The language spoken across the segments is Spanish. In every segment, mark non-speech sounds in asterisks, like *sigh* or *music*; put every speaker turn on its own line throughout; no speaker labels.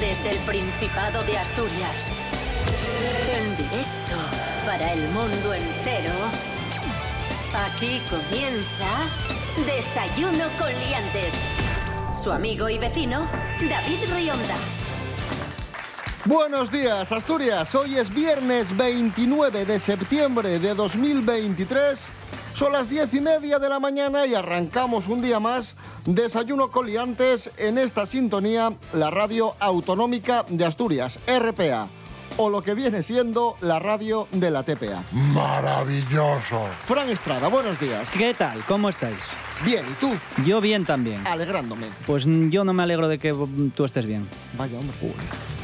Desde el Principado de Asturias. En directo para el mundo entero. Aquí comienza Desayuno con Liantes. Su amigo y vecino, David Rionda.
Buenos días, Asturias. Hoy es viernes 29 de septiembre de 2023. Son las diez y media de la mañana y arrancamos un día más Desayuno Coliantes en esta sintonía, la radio autonómica de Asturias, RPA, o lo que viene siendo la radio de la TPA.
Maravilloso.
Fran Estrada, buenos días.
¿Qué tal? ¿Cómo estáis?
Bien, ¿y tú?
Yo bien también.
Alegrándome.
Pues mm, yo no me alegro de que mm, tú estés bien.
Vaya hombre.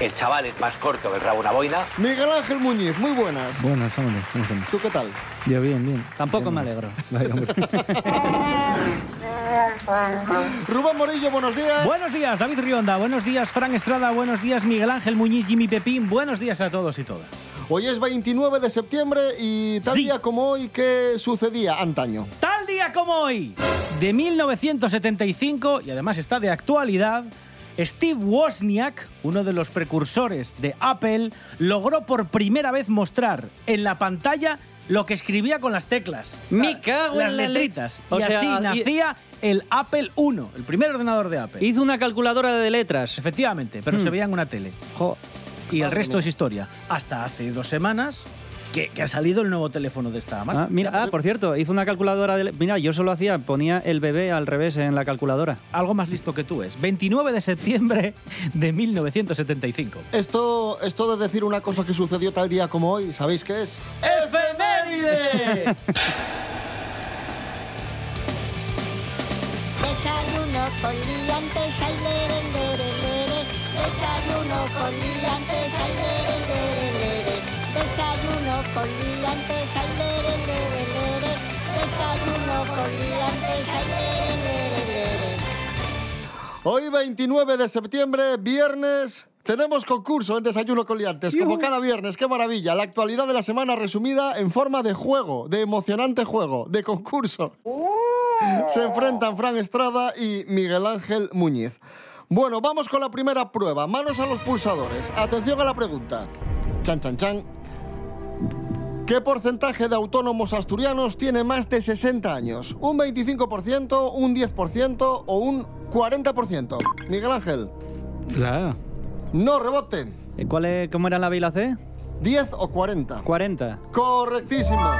El chaval es más corto que el rabo de una boina.
Miguel Ángel Muñiz, muy buenas.
Buenas, hombre, ¿cómo estamos?
¿Tú qué tal?
Yo bien, bien.
Tampoco
Bien,
me
vamos.
alegro.
Vaya, hombre.
Rubén Morillo, buenos días.
*laughs* Buenos días, David Rionda. Buenos días, Fran Estrada. Buenos días, Miguel Ángel Muñiz, Jimmy Pepín. Buenos días a todos y todas.
Hoy es 29 de septiembre y tal
Sí.
día como hoy, ¿qué sucedía antaño?
Tal día como hoy, de 1975, y además está de actualidad, Steve Wozniak, uno de los precursores de Apple, logró por primera vez mostrar en la pantalla lo que escribía con las teclas.
Me cago en
las
la
letritas.
leche. O
y
sea,
así
y-
nacía el Apple I, el primer ordenador de Apple.
Hizo una calculadora de letras.
Efectivamente, pero
Hmm.
se veía en una tele.
Jo,
Y el resto es historia. Hasta hace dos semanas que, que ha salido el nuevo teléfono de esta marca.
Ah, mira, ah, por cierto, hizo una calculadora de le- Mira, yo solo hacía, ponía el bebé al revés en la calculadora.
Algo más listo que tú es. 29 de septiembre de 1975.
Esto, esto de decir una cosa que sucedió tal día como hoy, ¿sabéis qué es? ¡Efeméride!
Desayuno con liantes, ay, lere, lere, lere. Desayuno con liantes, ay, lere, lere, lere. Desayuno con liantes, ay, lere, lere, lere. Desayuno con liantes, ay, lere, lere, lere.
hoy 29 de septiembre, viernes, tenemos concurso en Desayuno con Liantes, como cada viernes, qué maravilla. La actualidad de la semana resumida en forma de juego, de emocionante juego, de concurso. Se enfrentan Fran Estrada y Miguel Ángel Muñiz. Bueno, vamos con la primera prueba. Manos a los pulsadores. Atención a la pregunta. Chan, chan, chan. ¿Qué porcentaje de autónomos asturianos tiene más de 60 años? ¿Un 25%, un 10% o un 40%? Miguel Ángel,
La A.
no rebote.
¿Y Eh, ¿Cuál es, ¿Cómo era la B y la C?
10 o 40.
40.
Correctísimo.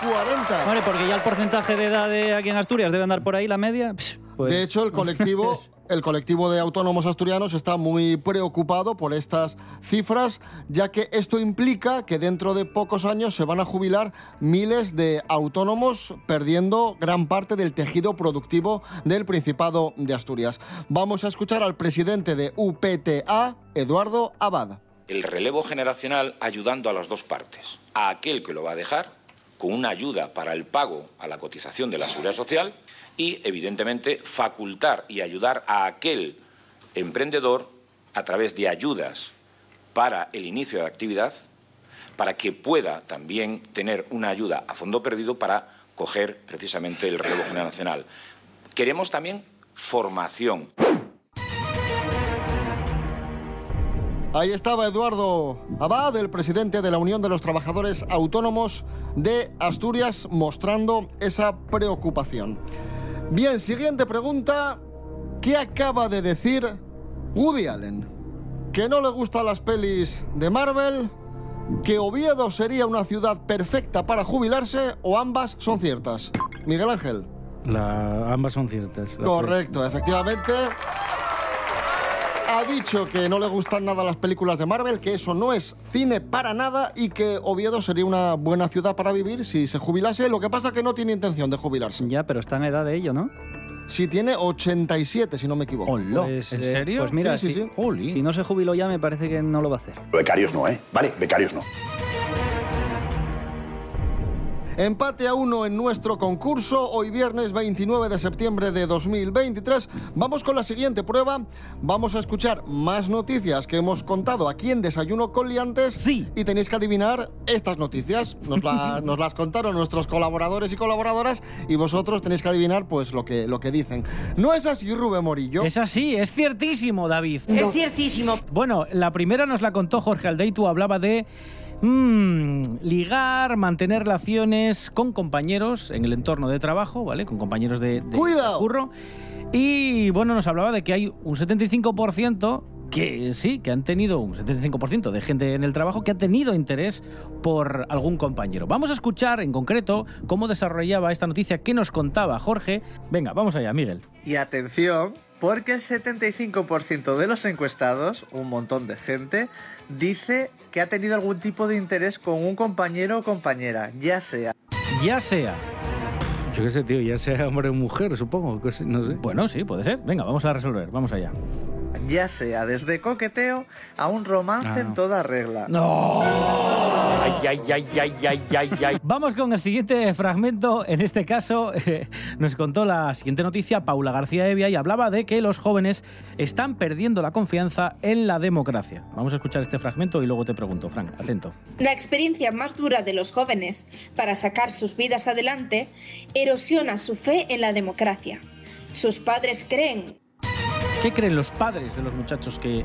40.
Hombre, porque ya el porcentaje de edad de aquí en Asturias debe andar por ahí, la media. psh, pues-
De hecho, el colectivo, el colectivo de autónomos asturianos está muy preocupado por estas cifras, ya que esto implica que dentro de pocos años se van a jubilar miles de autónomos, perdiendo gran parte del tejido productivo del Principado de Asturias. Vamos a escuchar al presidente de UPTA, Eduardo Abad.
el relevo generacional ayudando a las dos partes, a aquel que lo va a dejar con una ayuda para el pago a la cotización de la seguridad social y, evidentemente, facultar y ayudar a aquel emprendedor a través de ayudas para el inicio de actividad, para que pueda también tener una ayuda a fondo perdido para coger precisamente el relevo generacional. Queremos también formación,
Ahí estaba Eduardo Abad, el presidente de la Unión de los Trabajadores Autónomos de Asturias, mostrando esa preocupación. Bien, siguiente pregunta. ¿Qué acaba de decir Woody Allen? ¿Que no le gustan las pelis de Marvel? ¿Que Oviedo sería una ciudad perfecta para jubilarse? ¿O ambas son ciertas? Miguel Ángel.
La- ambas son ciertas. La-
Correcto, efectivamente. Ha dicho que no le gustan nada las películas de Marvel, que eso no es cine para nada y que Oviedo sería una buena ciudad para vivir si se jubilase. Lo que pasa que no tiene intención de jubilarse.
Ya, pero está en edad de ello, ¿no?
Si tiene 87, si no me equivoco.
Hola,
Pues,
¿En
eh,
serio?
Pues mira,
Sí, sí,
si-
sí.
Jolín.
si no se jubiló ya, me parece que no lo va a hacer.
Becarios no, ¿eh? Vale, becarios no.
Empate a uno en nuestro concurso. Hoy viernes 29 de septiembre de 2023. Vamos con la siguiente prueba. Vamos a escuchar más noticias que hemos contado aquí en Desayuno con Liantes.
Sí.
Y tenéis que adivinar estas noticias. Nos, la- nos las contaron nuestros colaboradores y colaboradoras y vosotros tenéis que adivinar pues lo que, lo que dicen. No es así, Rubén Morillo.
Es así, es ciertísimo, David.
Es ciertísimo.
Bueno, la primera nos la contó Jorge Aldeitu, hablaba de mm, ligar, mantener relaciones con compañeros en el entorno de trabajo, ¿vale? Con compañeros de, de
¡Cuidado!
curro. Y bueno, nos hablaba de que hay un 75% que sí, que han tenido un 75% de gente en el trabajo que ha tenido interés por algún compañero. Vamos a escuchar en concreto cómo desarrollaba esta noticia que nos contaba Jorge. Venga, vamos allá, Miguel.
Y atención, porque el 75% de los encuestados, un montón de gente, dice que ha tenido algún tipo de interés con un compañero o compañera, ya sea
Ya sea
Yo qué sé, tío, ya sea hombre o mujer, supongo. que sí, No sé.
Bueno, sí, puede ser. Venga, vamos a resolver. Vamos allá.
ya sea desde coqueteo a un romance
Ah.
en toda regla.
Ay, ay, ay, ay, ay, ay, ay.
Vamos con el siguiente fragmento. En este caso, eh, nos contó la siguiente noticia Paula García Evia y hablaba de que los jóvenes están perdiendo la confianza en la democracia. Vamos a escuchar este fragmento y luego te pregunto, Frank, atento.
La experiencia más dura de los jóvenes para sacar sus vidas adelante erosiona su fe en la democracia. Sus padres creen
¿Qué creen los padres de los muchachos que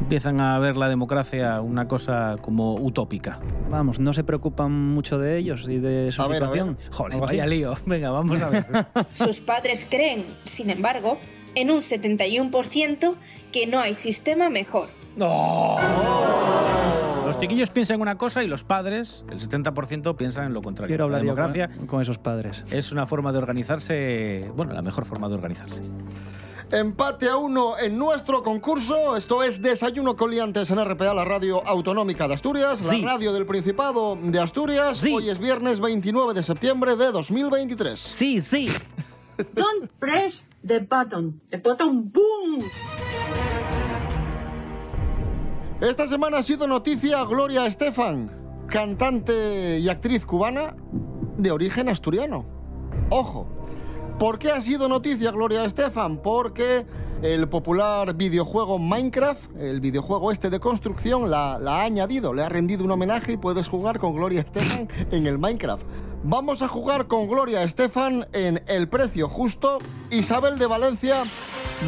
empiezan a ver la democracia una cosa como utópica?
Vamos, no se preocupan mucho de ellos y de su
A ver, a ver.
situación.
Joder,
Algo así.
vaya lío. Venga, vamos a ver.
Sus padres creen, sin embargo, en un 71% que no hay sistema mejor.
Los chiquillos piensan una cosa y los padres, el 70%, piensan en lo contrario.
Quiero hablar
la
yo con-
democracia
con, esos padres.
es una forma de organizarse, bueno, la mejor forma de organizarse.
Empate a uno en nuestro concurso. Esto es Desayuno Coliantes en RPA, la radio autonómica de Asturias,
Sí.
la radio del Principado de Asturias.
Sí.
Hoy es viernes 29 de septiembre de 2023.
Sí, sí.
Don't press the button. The button boom.
Esta semana ha sido noticia Gloria Estefan, cantante y actriz cubana de origen asturiano. Ojo, ¿por qué ha sido noticia Gloria Estefan? Porque el popular videojuego Minecraft, el videojuego este de construcción, la, la ha añadido, le ha rendido un homenaje y puedes jugar con Gloria Estefan en el Minecraft. Vamos a jugar con Gloria Estefan en El Precio Justo. Isabel de Valencia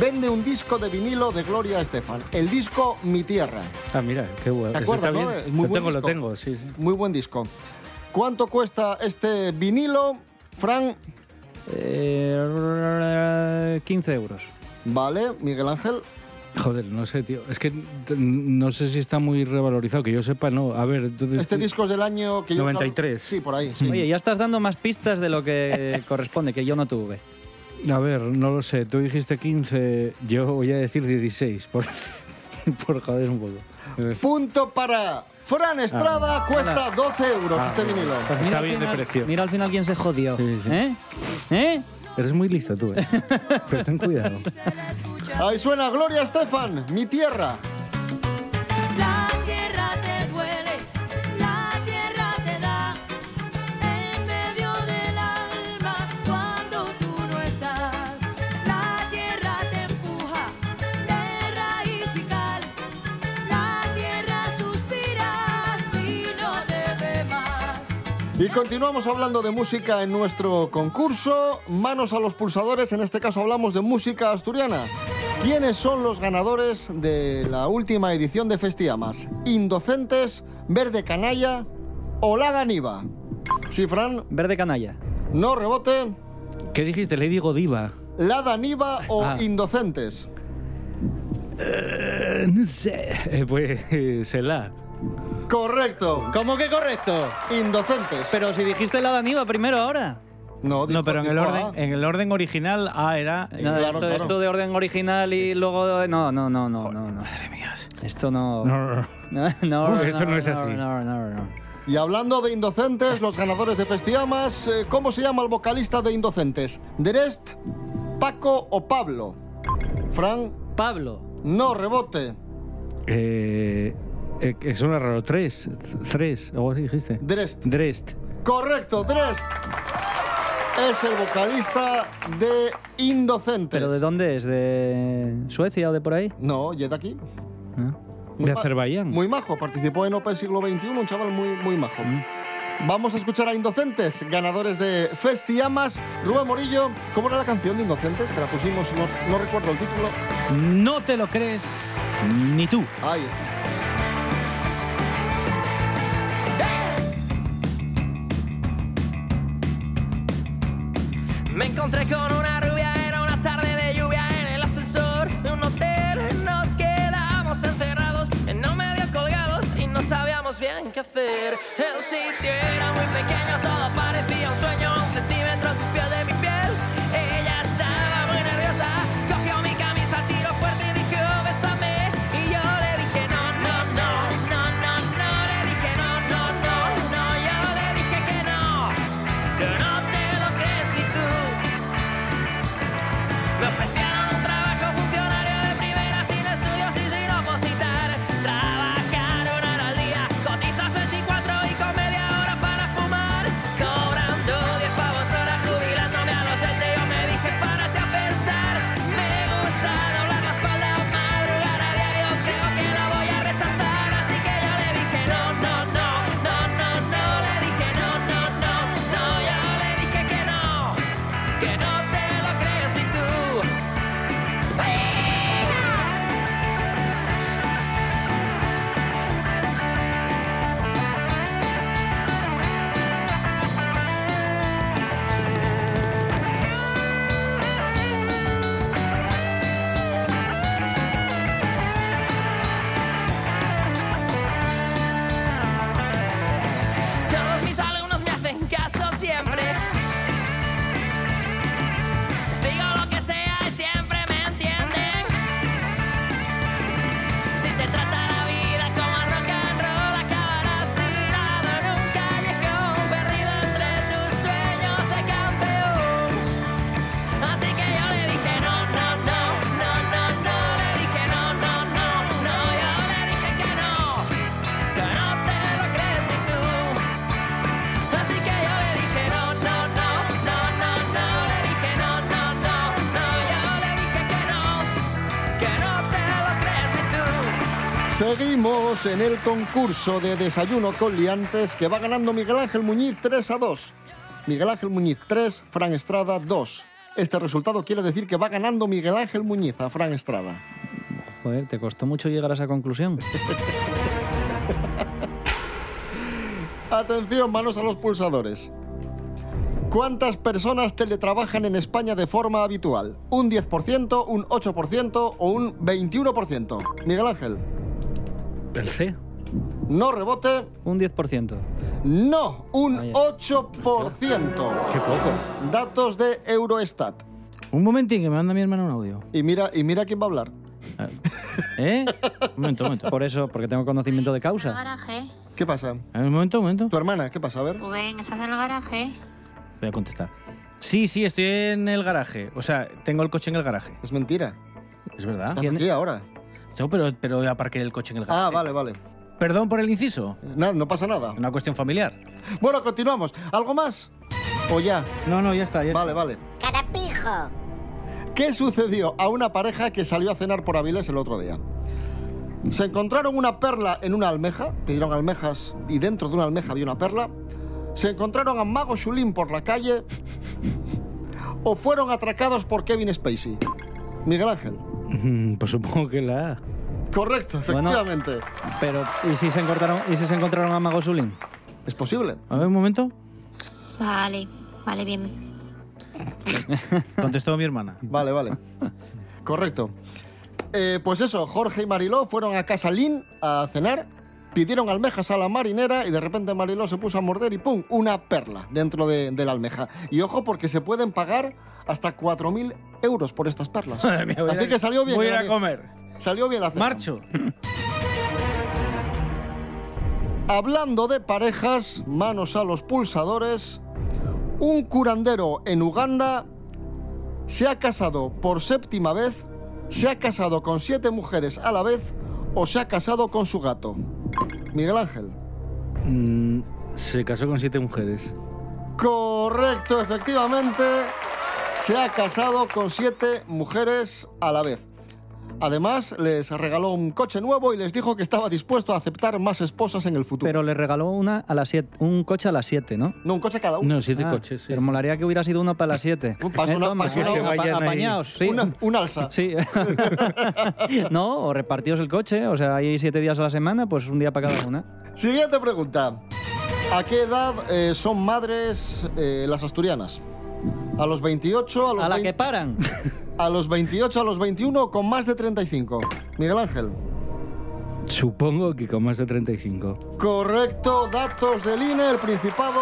vende un disco de vinilo de Gloria Estefan, el disco Mi Tierra.
Ah, mira, qué bueno.
¿Te
Ese
acuerdas,
está
no?
bien.
Es muy
lo
buen
tengo, lo
disco.
tengo, sí, sí.
Muy buen disco. ¿Cuánto cuesta este vinilo? Fran,
Eh, 15 euros.
vale, Miguel Ángel.
Joder, no sé, tío. Es que t- no sé si está muy revalorizado, que yo sepa, no. A ver, entonces...
Este disco es del año que yo
93.
Sí, por ahí,
Hmm.
sí.
Oye, ya estás dando más pistas de
*laughs*
lo que corresponde, que yo no tuve.
A ver, no lo sé. Tú dijiste 15, yo voy a decir 16, por, *laughs* por joder un poco.
Punto para Fran Estrada, cuesta 12 euros
Ah,
este
mira.
vinilo.
Está
al
bien de
final-
precio.
Mira al final quién se jodió.
Sí, sí.
¿Eh? ¿Eh?
Eres muy lista tú, eh. Pero ten cuidado.
Ahí suena Gloria Estefan, mi tierra.
La tierra te duele, la tierra te da, en medio del alma cuando tú no estás. La tierra te empuja de raíz y cal, la tierra suspira si no te ve más.
Y continuamos hablando de música en nuestro concurso. Manos a los pulsadores, en este caso hablamos de música asturiana. ¿Quiénes son los ganadores de la última edición de Festiamas? ¿Indocentes, Verde Canalla o La Ganiva? Sí, Fran,
Verde canalla.
no rebote.
¿Qué dijiste? Lady Godiva.
¿La Daniva o
Ah.
Indocentes?
Eh, no sé. Eh, pues, eh, Sela.
Correcto,
¿Cómo que correcto?
Indocentes.
Pero si dijiste la Daniva primero ahora.
No, dijo-
No, pero en el
dijo ah.
orden,
A.
en el orden original A era
Nada,
Claro,
esto,
claro.
esto de orden original y luego... No, no, no, no, no, no. Madre mía. Esto no...
No, no,
*laughs* No, no,
Uf, esto no es así.
No, no, no.
Y hablando de Indocentes, los ganadores de Festiamas, eh, ¿cómo se llama el vocalista de Indocentes? ¿Derest, Paco o Pablo? Fran,
Pablo.
no rebote.
Eh, eh, que suena raro. Tres. Tres. Algo así dijiste.
Derest.
Drest.
Correcto, Drest. Es el vocalista de Indocentes.
¿Pero de dónde es? ¿De Suecia o de por ahí?
No, y es de aquí.
De
ma-
Azerbaiyán.
Muy majo, participó en Open Siglo XXI, un chaval muy, muy majo.
Mm.
Vamos a escuchar a Indocentes, ganadores de Festiamas. Rubén Morillo, ¿cómo era la canción de Indocentes? Que la pusimos, no, no recuerdo el título.
No te lo crees ni tú.
Ahí está.
Me encontré con una rubia, era una tarde de lluvia en el ascensor de un hotel. Nos quedamos encerrados, en no medio colgados y no sabíamos bien qué hacer. El sitio era muy pequeño, todo parecía un sueño, a un centímetro a sus pies de mi piel. Ella estaba muy nerviosa, cogió mi camisa, tiró fuerte y dijo, bésame. Y yo le dije, no, no, no, no, no, no, le dije, no, no, no, no, yo le dije que no que no te lo crees ni tú. Me ofrecieron un trabajo funcionario de primera, sin estudios y sin opositar. Trabajar una hora al día, cotitas 24 y con media hora para fumar. Cobrando 10 pavos hora, jubilándome a los 20, yo me dije, párate a pensar. Me gusta doblar la espalda, madrugar a diario, creo que lo voy a rechazar. Así que yo le dije, no, no, no, no, no, no, le dije, no, no, no, no, yo le dije que no, que no te lo crees ni tú. ¡Venga! Todos mis alumnos me hacen caso siempre. Les digo lo que sea y siempre me entienden. Si te trata la vida como al rock and roll, acabarás tirado en un callejón, perdido entre tus sueños de campeón. Así que yo le dije no, no, no, no, no, no, le dije no, no, no, no, yo le dije que no, que no te lo crees ni tú. Así que yo le dije no, no, no, no, no, no, le dije no, no, no, no, yo le dije que no, que no te lo crees ni tú.
Seguimos en el concurso de desayuno con liantes que va ganando Miguel Ángel Muñiz 3 a 2. Miguel Ángel Muñiz 3, Fran Estrada 2. Este resultado quiere decir que va ganando Miguel Ángel Muñiz a Fran Estrada.
Joder, ¿te costó mucho llegar a esa conclusión?
Atención, manos a los pulsadores. ¿Cuántas personas teletrabajan en España de forma habitual? ¿Un 10%, un 8% o un 21%? Miguel Ángel,
¿El C?
no rebote.
Un 10%.
No, un 8%.
Qué poco.
Datos de Eurostat.
Un momentín, que me manda mi hermano un audio.
Y mira, y mira quién va a hablar.
*laughs* ¿Eh? Un momento, un momento.
Por eso, porque tengo conocimiento de causa.
garaje?
¿Qué pasa?
A ver, Un momento, un momento.
¿Tu hermana? ¿Qué pasa? A ver.
Rubén, ¿estás en el garaje?
Voy a contestar. Sí, sí, estoy en el garaje. O sea, tengo el coche en el garaje.
Es mentira.
Ah, Es verdad.
Estás aquí ahora.
No, pero, pero aparqué el coche en el garaje.
Ah, vale, vale.
Perdón por el inciso.
Nada, no pasa nada.
Una cuestión familiar.
Bueno, continuamos. ¿Algo más? ¿O ya?
No, no, ya está. Ya
Vale, vale.
Carapijo.
¿Qué sucedió a una pareja que salió a cenar por Avilés el otro día? Se encontraron una perla en una almeja, pidieron almejas y dentro de una almeja había una perla. Se encontraron a Mago Shulín por la calle o fueron atracados por Kevin Spacey. Miguel Ángel.
Mm, Pues supongo que la A.
Correcto,
Bueno.
efectivamente.
Pero, ¿y si se encontraron, ¿y si se encontraron a Mago Zulín?
Es posible.
está. A ver, un momento.
Vale, vale, bien.
Contestó mi hermana. *laughs*
Vale, vale. Correcto. Eh, pues eso, Jorge y Mariló fueron a casa Lin a cenar, pidieron almejas a la marinera y de repente Mariló se puso a morder y ¡pum! Una perla dentro de, de la almeja. Y ojo, porque se pueden pagar hasta 4.000 euros por estas perlas.
*laughs* Madre mía, voy a
Así
ir a-
que salió bien.
Voy a ir a
Daniel.
comer.
Salió bien la cena.
Marcho. *laughs*
Hablando de parejas, manos a los pulsadores, un curandero en Uganda se ha casado por séptima vez, se ha casado con siete mujeres a la vez o se ha casado con su gato. Miguel Ángel.
Mm, Se casó con siete mujeres.
Correcto, efectivamente. Se ha casado con siete mujeres a la vez. Además, les regaló un coche nuevo y les dijo que estaba dispuesto a aceptar más esposas en el futuro.
Pero le regaló una a las siete, un coche a las 7, ¿no?
No, un coche cada uno.
No, siete coches, sí,
Pero
sí.
molaría que hubiera sido uno para las 7.
Un
*laughs*
paso, una- paso, una-
apañados, sí.
Una- un alza.
Sí. *laughs* no, o repartidos el coche, o sea, hay siete días a la semana, pues un día para cada una.
Siguiente pregunta. ¿A qué edad eh, son madres eh, las asturianas? ¿A los 28? ¿A, los
A la
20?
que paran.
¿A los 28, a los 21 o con más de 35? Miguel Ángel.
Supongo que con más de 35.
Correcto, datos del INE, el Principado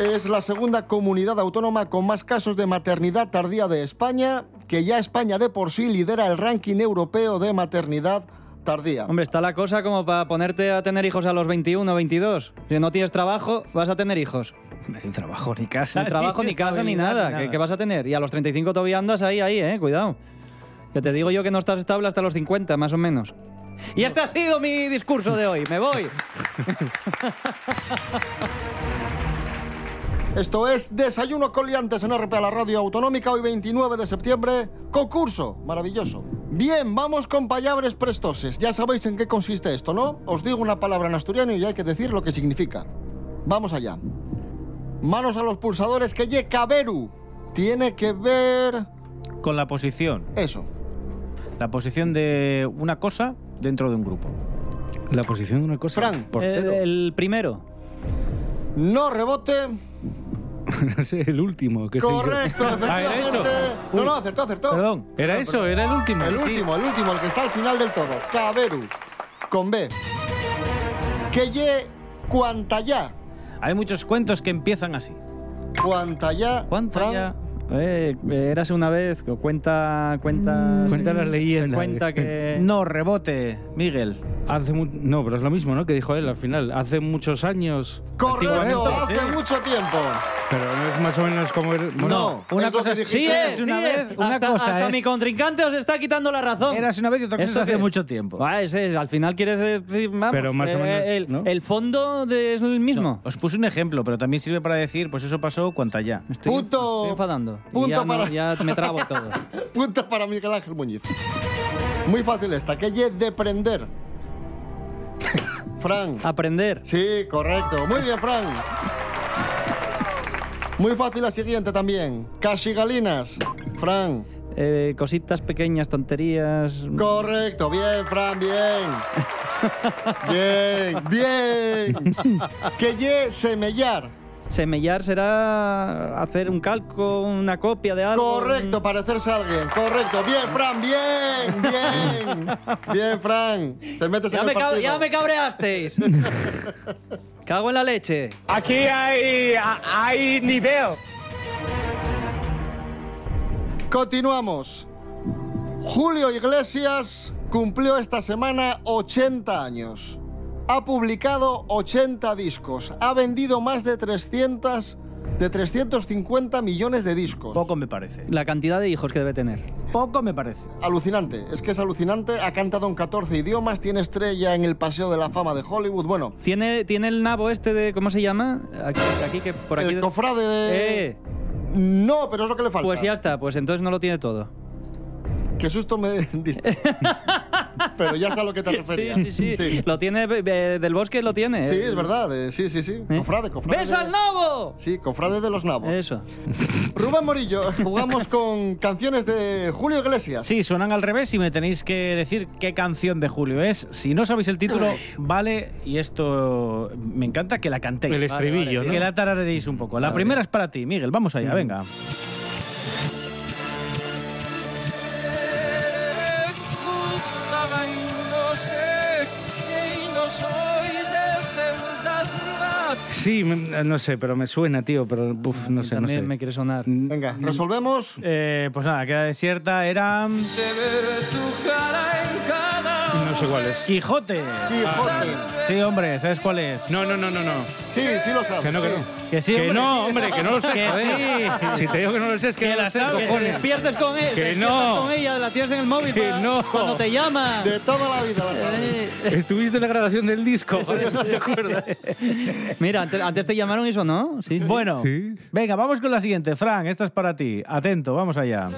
es la segunda comunidad autónoma con más casos de maternidad tardía de España, que ya España de por sí lidera el ranking europeo de maternidad tardía.
Hombre, está la cosa como para ponerte a tener hijos a los 21 o 22. Si no tienes trabajo, vas a tener hijos.
Ni trabajo, ni casa.
Ni trabajo,
*laughs*
ni casa, ni
estabilidad,
nada. ¿Qué, qué vas a tener? Y a los 35 todavía andas ahí, ahí, eh, cuidado. Que te digo yo que no estás estable hasta los 50, más o menos. Y este ha sido mi discurso de hoy. Me voy.
Esto es Desayuno con Liantes en RP a la Radio Autonómica, hoy 29 de septiembre, concurso, maravilloso. Bien, vamos con palabras prestoses. Ya sabéis en qué consiste esto, ¿no? Os digo una palabra en asturiano y hay que decir lo que significa. Vamos allá. Manos a los pulsadores que ye caberu. Tiene que ver
Con la posición.
eso.
La posición de una cosa dentro de un grupo.
La posición de una cosa.
Fran.
portero.
El, el primero.
No rebote.
*laughs* no sé, el último. Que sé yo.
Correcto,
Ah, ¿era eso?
efectivamente. No, no, acertó, acertó.
Perdón.
*laughs* Era eso, era el último.
El
Sí.
último, el último, el que está al final del todo. Caberu. Con B. Que ye cuantallá.
Hay muchos cuentos que empiezan así.
Cuantallá.
¿Cuánta
Fran.
ya?
Eh, érase una vez, que cuenta, Mm. cuenta. eh.
Cuenta las leyendas.
Se cuenta que.
No, rebote, Miguel.
Hace mu- no, pero es lo mismo, ¿no? Que dijo él al final. Hace muchos años.
Correcto,
antiguamente,
hace mucho tiempo.
Pero no es más o menos como. er-
No.
bueno,
Es
Una
lo
cosa
que
es, sí
dijiste.
es, una
Sí,
vez, una
hasta,
cosa
hasta
es,
mi contrincante os está quitando la razón.
eras una vez y otra cosa es
¿Esto
hace
qué?
mucho tiempo.
Ah, ese es, al final quieres decir, vamos, eh,
Pero más o menos,
el,
¿no?
el fondo de- es el mismo.
Os puse un ejemplo, pero también sirve para decir, pues eso pasó, cuanta ya.
Estoy,
Punto.
estoy enfadando. Y
Punto
ya,
*laughs*
no-
para-
ya me trabo todo.
Punta para Miguel Ángel Muñiz. Muy fácil esta. Que ye
*laughs*
deprender. Fran.
Ah. Aprender.
Sí, correcto. Muy bien, Fran. Muy fácil la siguiente también. Casigalinas. Fran.
eh, cositas pequeñas, tonterías.
Correcto, bien, Fran, bien. Bien, bien. Que ye semellar.
Semellar será hacer un calco, una copia de algo.
Correcto, parecerse a alguien. Correcto, bien, Fran, bien, bien. Bien, Fran. Te metes
Ya
pues, en
me,
el
cab-
partido.
ya
*laughs*
me cabreasteis. Cago en la leche.
Aquí hay, hay nivel.
Continuamos. Julio Iglesias cumplió esta semana 80 años. Ha publicado 80 discos. Ha vendido más de 300 de 350 millones de discos.
Poco me parece.
La cantidad de hijos que debe tener.
Poco me parece.
Alucinante, es que es alucinante. Ha cantado en 14 idiomas, tiene estrella en el Paseo de la Fama de Hollywood. Bueno,
Tiene, tiene el nabo este de. ¿Cómo se llama? Aquí, aquí, que por aquí.
el cofrade de.
Eh,
No, pero es lo que le falta.
pues ya está, pues entonces no lo tiene todo.
Qué susto me *laughs*
*laughs*
diste. pero ya sé a lo que te referías.
Sí, sí, sí. Lo tiene eh, eh, del bosque, lo tiene.
Sí, es verdad. eh, sí, sí, sí.
¿Eh?
Cofrade, cofrade.
¡Ves
de-
al nabo!
Sí, cofrade de los nabos.
Eso.
Rubén Morillo, *laughs* jugamos con canciones de Julio Iglesias.
Sí, suenan al revés y me tenéis que decir qué canción de Julio es. Si no sabéis el título, vale, y esto me encanta que la cantéis.
El estribillo,
Que la tarareéis un poco. La primera es para ti, Miguel. Vamos allá, venga.
¿no? Sí, me- no sé, pero me suena, tío. Pero uf, no sé, no
Mm, También
sé. Mm,
me quiere sonar.
Venga, resolvemos.
Eh, pues nada, queda desierta. Era.
Se ve tu cara en cada
No sé cuál es.
Quijote.
Ah.
Quijote.
Sí, hombre, ¿sabes cuál es?
No, no, no, no, no.
Sí, sí lo sabes.
Que no, que no.
Que sí,
Que
hombre.
no, hombre, que no lo sé.
Que
joder.
sí.
Si te digo que no lo sé, es que,
Que
no
la
lo sé,
sabes,
cojones.
que despiertes
con él,
Que
despiertas
no.
con ella, la tienes en el móvil
Que
pa-
no.
cuando te llama.
De toda la vida. la sabes.
Estuviste en la grabación del disco. joder, ¿te acuerdas?
Mira, antes, antes te llamaron y eso, ¿no? Sí, sí.
Bueno, venga, vamos con la siguiente. Frank, esta es para ti. Atento, vamos allá.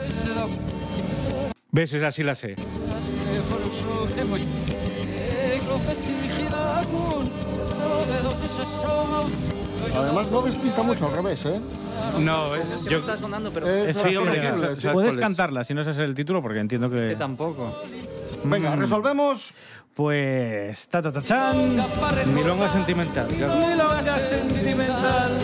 ¿Ves? Esa sí la sé.
Además, no despista mucho al revés, ¿eh?
No, es. Yo,
Es
sí, hombre,
horrible,
esa-
sí.
esa- cuál
Puedes
es?
cantarla si no ese es el título, porque entiendo que.
tampoco.
Venga, resolvemos.
Pues. Ta ta ta chan.
Milonga sentimental. claro.
Milonga sentimental.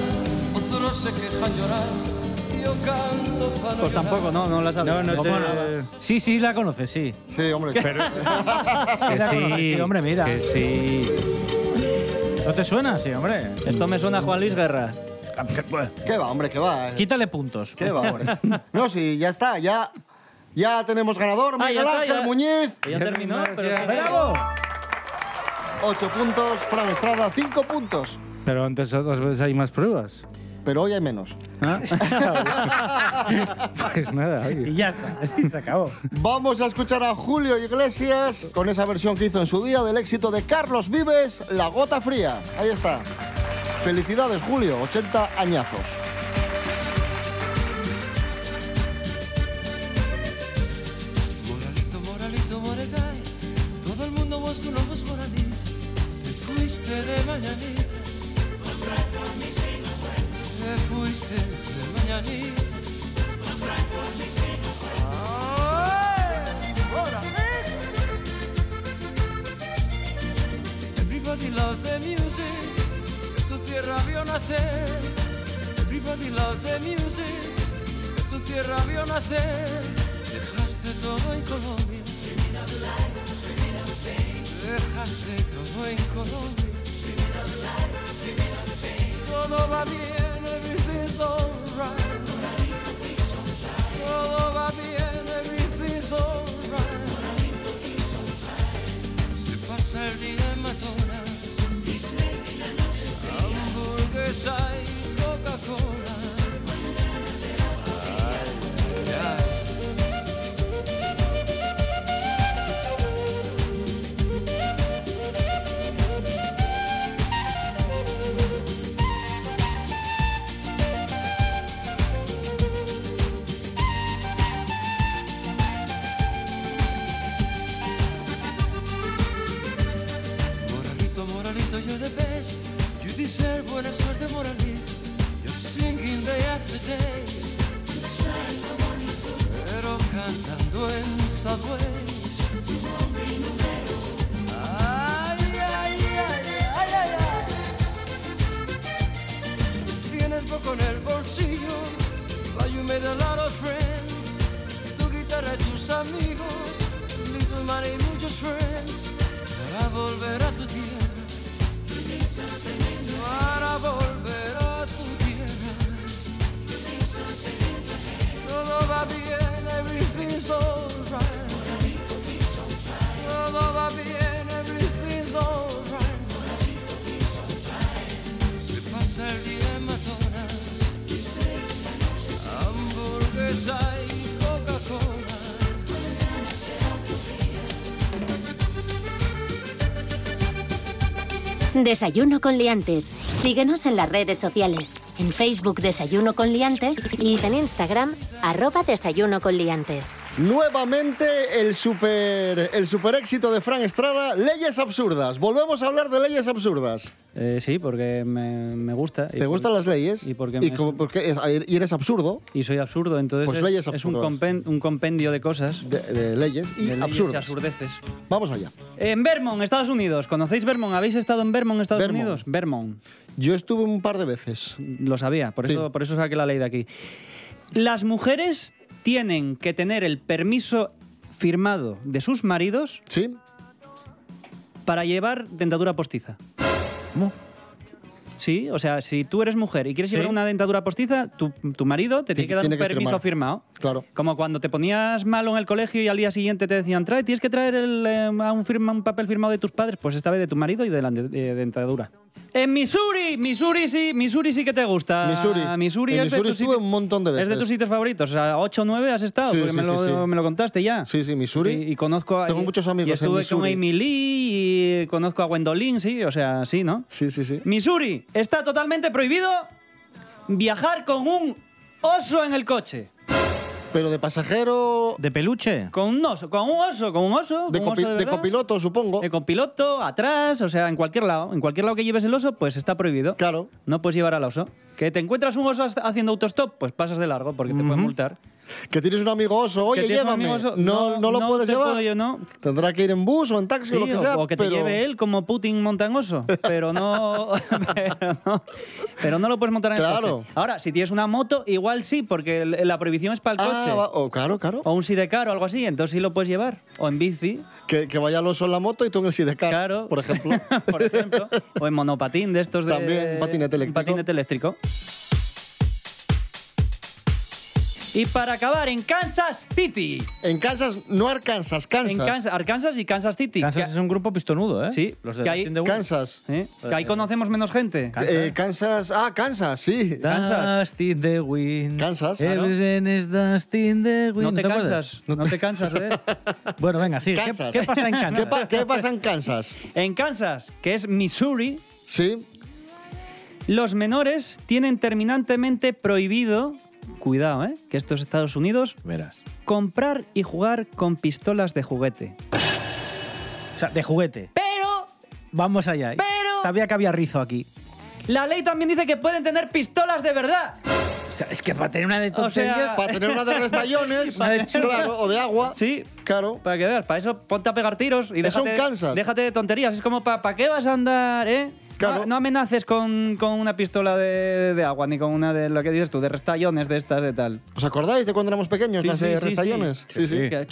Pues tampoco, no, no la sabes.
No, no,
¿Cómo
te-
Sí, sí, la conoces, sí.
Sí,
*laughs*
hombre.
Pero Ah,
Sí, la conoces, sí, hombre, mira.
que sí.
¿No te suena? Sí, hombre.
Esto me suena a Juan Luis Guerra.
¿Qué va, hombre? ¿Qué va? eh?
Quítale puntos.
¿Qué va, hombre? No, sí, ya está, ya. Ya tenemos ganador,
Ah, ya
Miguel
está,
Ángel
ya.
Muñiz.
Que ya terminó, pero...
¡Bravo!
8 puntos, Fran Estrada, 5 puntos.
Pero antes otras veces hay más pruebas. ¿Ah?
Pero hoy hay menos.
*laughs*
*laughs* Pues nada, oye.
Y ya está. *laughs* Y se acabó.
Vamos a escuchar a Julio Iglesias con esa versión que hizo en su día del éxito de Carlos Vives, La Gota Fría. Ahí está. Felicidades, Julio, 80 añazos.
Moralito, moralito, moreday, todo el mundo vos tu lobos moralito, te fuiste de mañanita. Te fuiste de mañanita. Ay, moralito. Everybody loves the music, que tu tierra vio nacer. Everybody loves the music, que tu tierra vio nacer. Dejaste todo en Colombia. Dejaste todo en Colombia. Todo va bien, everything's alright. Todo va bien, everything's alright. Se pasa el día en McDonald's. Hamburguesa y Coca-Cola. Ay, ay. Moralito, moralito, you're the best. You deserve buena suerte, moralito. You're singing day after day. Pero cantando en Southwest. Ay, ay, ay, ay, ay, ay. Tienes poco en el bolsillo, but you made a lot of friends. Tu guitarra y tus amigos, little money y muchos friends para volver a tu tierra. Para volver a tu tierra. Todo va bien, everything's alright. Todo va bien, everything's alright. Se pasa el día en McDonald's. Hamburguesa y Coca-Cola.
Desayuno con liantes. Síguenos en las redes sociales. En Facebook Desayuno con liantes y en Instagram arroba Desayuno con liantes.
Nuevamente el super, el super éxito de Fran Estrada, Leyes Absurdas. Volvemos a hablar de leyes absurdas.
Eh, sí, porque me, me gusta.
¿Te gustan las leyes?
¿Y por qué
y,
me-
como- porque es- y eres absurdo
Y soy absurdo, entonces
Pues
es,
leyes
es un,
absurdas.
compen- un compendio de cosas.
de, de leyes y
de leyes
absurdas.
absurdeces.
Vamos allá.
En Vermont, Estados Unidos. ¿Conocéis Vermont? ¿Habéis estado en Vermont, Estados
Vermont.
Unidos? Vermont.
Yo estuve un par de veces.
Lo sabía, por,
Sí.
eso, por eso saqué la ley de aquí. Las mujeres tienen que tener el permiso firmado de sus maridos
¿Sí?
para llevar dentadura postiza.
Sí, o sea, si tú eres mujer y quieres
Sí.
llevar una dentadura postiza, tu, tu marido te tiene que dar
tiene
un
que
permiso
firmar.
firmado.
Claro.
Como cuando te ponías malo en el colegio y al día siguiente te decían, trae, tienes que traer el, eh, a un, firma, un papel firmado de tus padres, pues esta vez de tu marido y de la de- de dentadura. En Missouri, Missouri sí, Missouri sí que te gusta.
Missouri.
Missouri
En
es de
Missouri
tus
estuve
siti-
un montón de
Es de
veces.
tus sitios favoritos, o sea, 8 o 9 has estado,
Sí,
porque
sí,
me,
sí,
lo,
sí.
me lo contaste ya.
Sí, sí, Missouri.
Y, y conozco a...
Tengo
y-
muchos amigos
y
en
estuve con
Missouri.
Amy Lee y conozco a Gwendolyn, sí, o sea, sí, ¿no?
Sí, sí, sí.
Missouri, está totalmente prohibido viajar con un oso en el coche.
Pero de pasajero.
¿De peluche?
Con un oso, con un oso, con un oso.
De
con un
copi-
oso
de
verdad.
copiloto, supongo.
De copiloto, atrás, o sea, en cualquier lado. En cualquier lado que lleves el oso, pues está prohibido.
Claro.
No puedes llevar al oso. Que te encuentras un oso hasta- haciendo autostop, pues pasas de largo porque te pueden multar.
Que tienes un amigo oso, oye,
Que tienes un
llévame.
amigo oso,
no,
no,
no lo
no
puedes
te
llevar.
puedo yo, no.
Tendrá que ir en bus o en taxi o lo
Sí,
que sea.
o que te
pero-
lleve él como Putin monta en oso. Pero no, *laughs* pero no. pero no lo puedes montar en el
Claro.
coche. Ahora, si tienes una moto, igual sí, porque el- la prohibición es para el
Ah,
coche.
va- o claro, claro.
O un sidecar o algo así, entonces sí lo puedes llevar. O en bici,
Que, que vaya el oso en la moto y tú en el sidecar, por ejemplo.
*laughs* por ejemplo. o en monopatín de estos
*laughs*
de...
También, un patinete eléctrico.
eh, patinete eléctrico. Y para acabar, en Kansas City.
En Kansas, no Arkansas, Kansas.
En Kansas, Arkansas y Kansas City.
Kansas
que-
es un grupo pistonudo, ¿eh?
Sí,
los de
que
la
hay-
Skin de Wolf.
Kansas.
¿eh? Que ahí conocemos menos gente.
Eh, Kansas. Ah, Kansas, sí.
Kansas.
Dustin the Wind.
Kansas.
Everything is Dustin the Wind.
No te
acuerdas?
cansas, no te cansas,
*laughs*
¿eh?
Bueno, venga, sí. ¿Qué,
Kansas.
qué pasa en Kansas?
¿Qué, pa- qué pasa en Kansas?
En Kansas, que es Missouri,
Sí.
los menores tienen terminantemente prohibido, cuidado, ¿eh? que esto es Estados Unidos,
Verás.
comprar y jugar con pistolas de juguete.
O sea, de juguete.
Pero
Vamos allá.
Pero-
Sabía que había rizo aquí.
la ley también dice que pueden tener pistolas de verdad.
O sea, es que para tener una de
O sea-
tonterías...
Para tener una de
*laughs*
restallones,
Una de
claro, o de agua.
Sí,
Claro.
para que veas, para eso ponte a pegar tiros y
Eso en
déjate,
Kansas.
déjate de tonterías. Es como, ¿para qué vas a andar, eh?
Claro.
No, no amenaces con, con una pistola de, de agua ni con una de lo que dices tú, de restallones de estas de tal.
¿Os acordáis de cuando éramos pequeños,
Sí,
las
sí,
de
sí,
restallones? Sí, sí.
Que-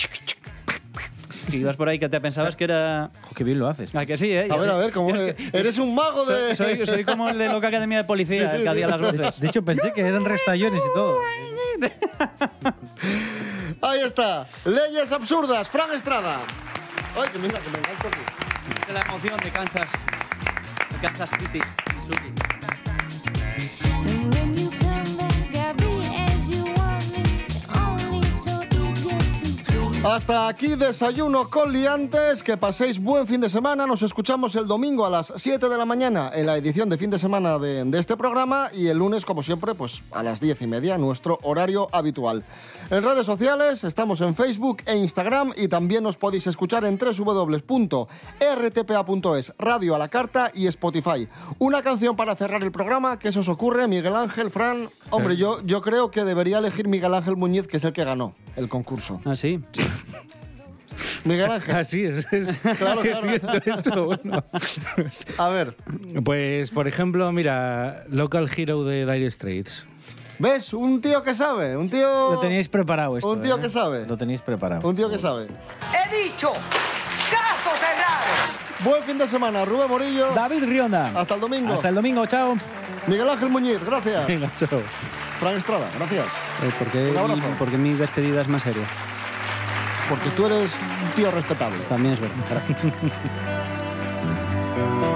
que ibas por ahí que te pensabas que era...
Ojo, qué bien lo haces.
Ah, que sí, ¿eh?
A
Yo
ver,
soy-
a ver, ¿cómo
yo es
eres?
que-
Eres un mago de.
soy,
*laughs*
soy- soy como el de Loca Academia de Policía,
Sí, sí,
el que hacía
sí.
las voces.
De hecho, pensé que eran restallones y todo.
*laughs* Ahí está. Leyes absurdas, Fran Estrada. Ay, que mira, que me encanta.
De la emoción de Kansas. De Kansas City. Missouri.
When you come back, I'll be as you want me, only so eager to please.
Hasta aquí desayuno con liantes. Que paséis buen fin de semana. Nos escuchamos el domingo a las 7 de la mañana en la edición de fin de semana de, de este programa y el lunes, como siempre, pues a las 10 y media, nuestro horario habitual. En redes sociales estamos en Facebook e Instagram y también nos podéis escuchar en www.rtpa.es, Radio a la Carta y Spotify. Una canción para cerrar el programa. ¿Qué se os ocurre, Miguel Ángel, Fran? Hombre, yo, yo creo que debería elegir Miguel Ángel Muñiz, que es el que ganó el concurso.
Ah, sí.
Miguel Ángel.
Así es, es,
*laughs*
Claro,
es
claro.
cierto eso, bueno.
A ver,
Pues, por ejemplo, mira, Local Hero de Dire Straits.
¿ves? Un tío que sabe, un tío...
Lo teníais preparado esto,
Un tío
¿eh?
que sabe.
Lo teníais preparado.
Un tío que sabe.
He dicho, caso cerrado.
Buen fin de semana, Rubén Morillo.
David Rionda.
Hasta el domingo.
Hasta el domingo, chao.
Miguel Ángel Muñiz, gracias.
Venga, chao.
Fran Estrada, gracias.
Eh, ¿Por qué,
Un abrazo.
por qué mi despedida es más seria?
Porque tú eres un tío respetable.
También es verdad.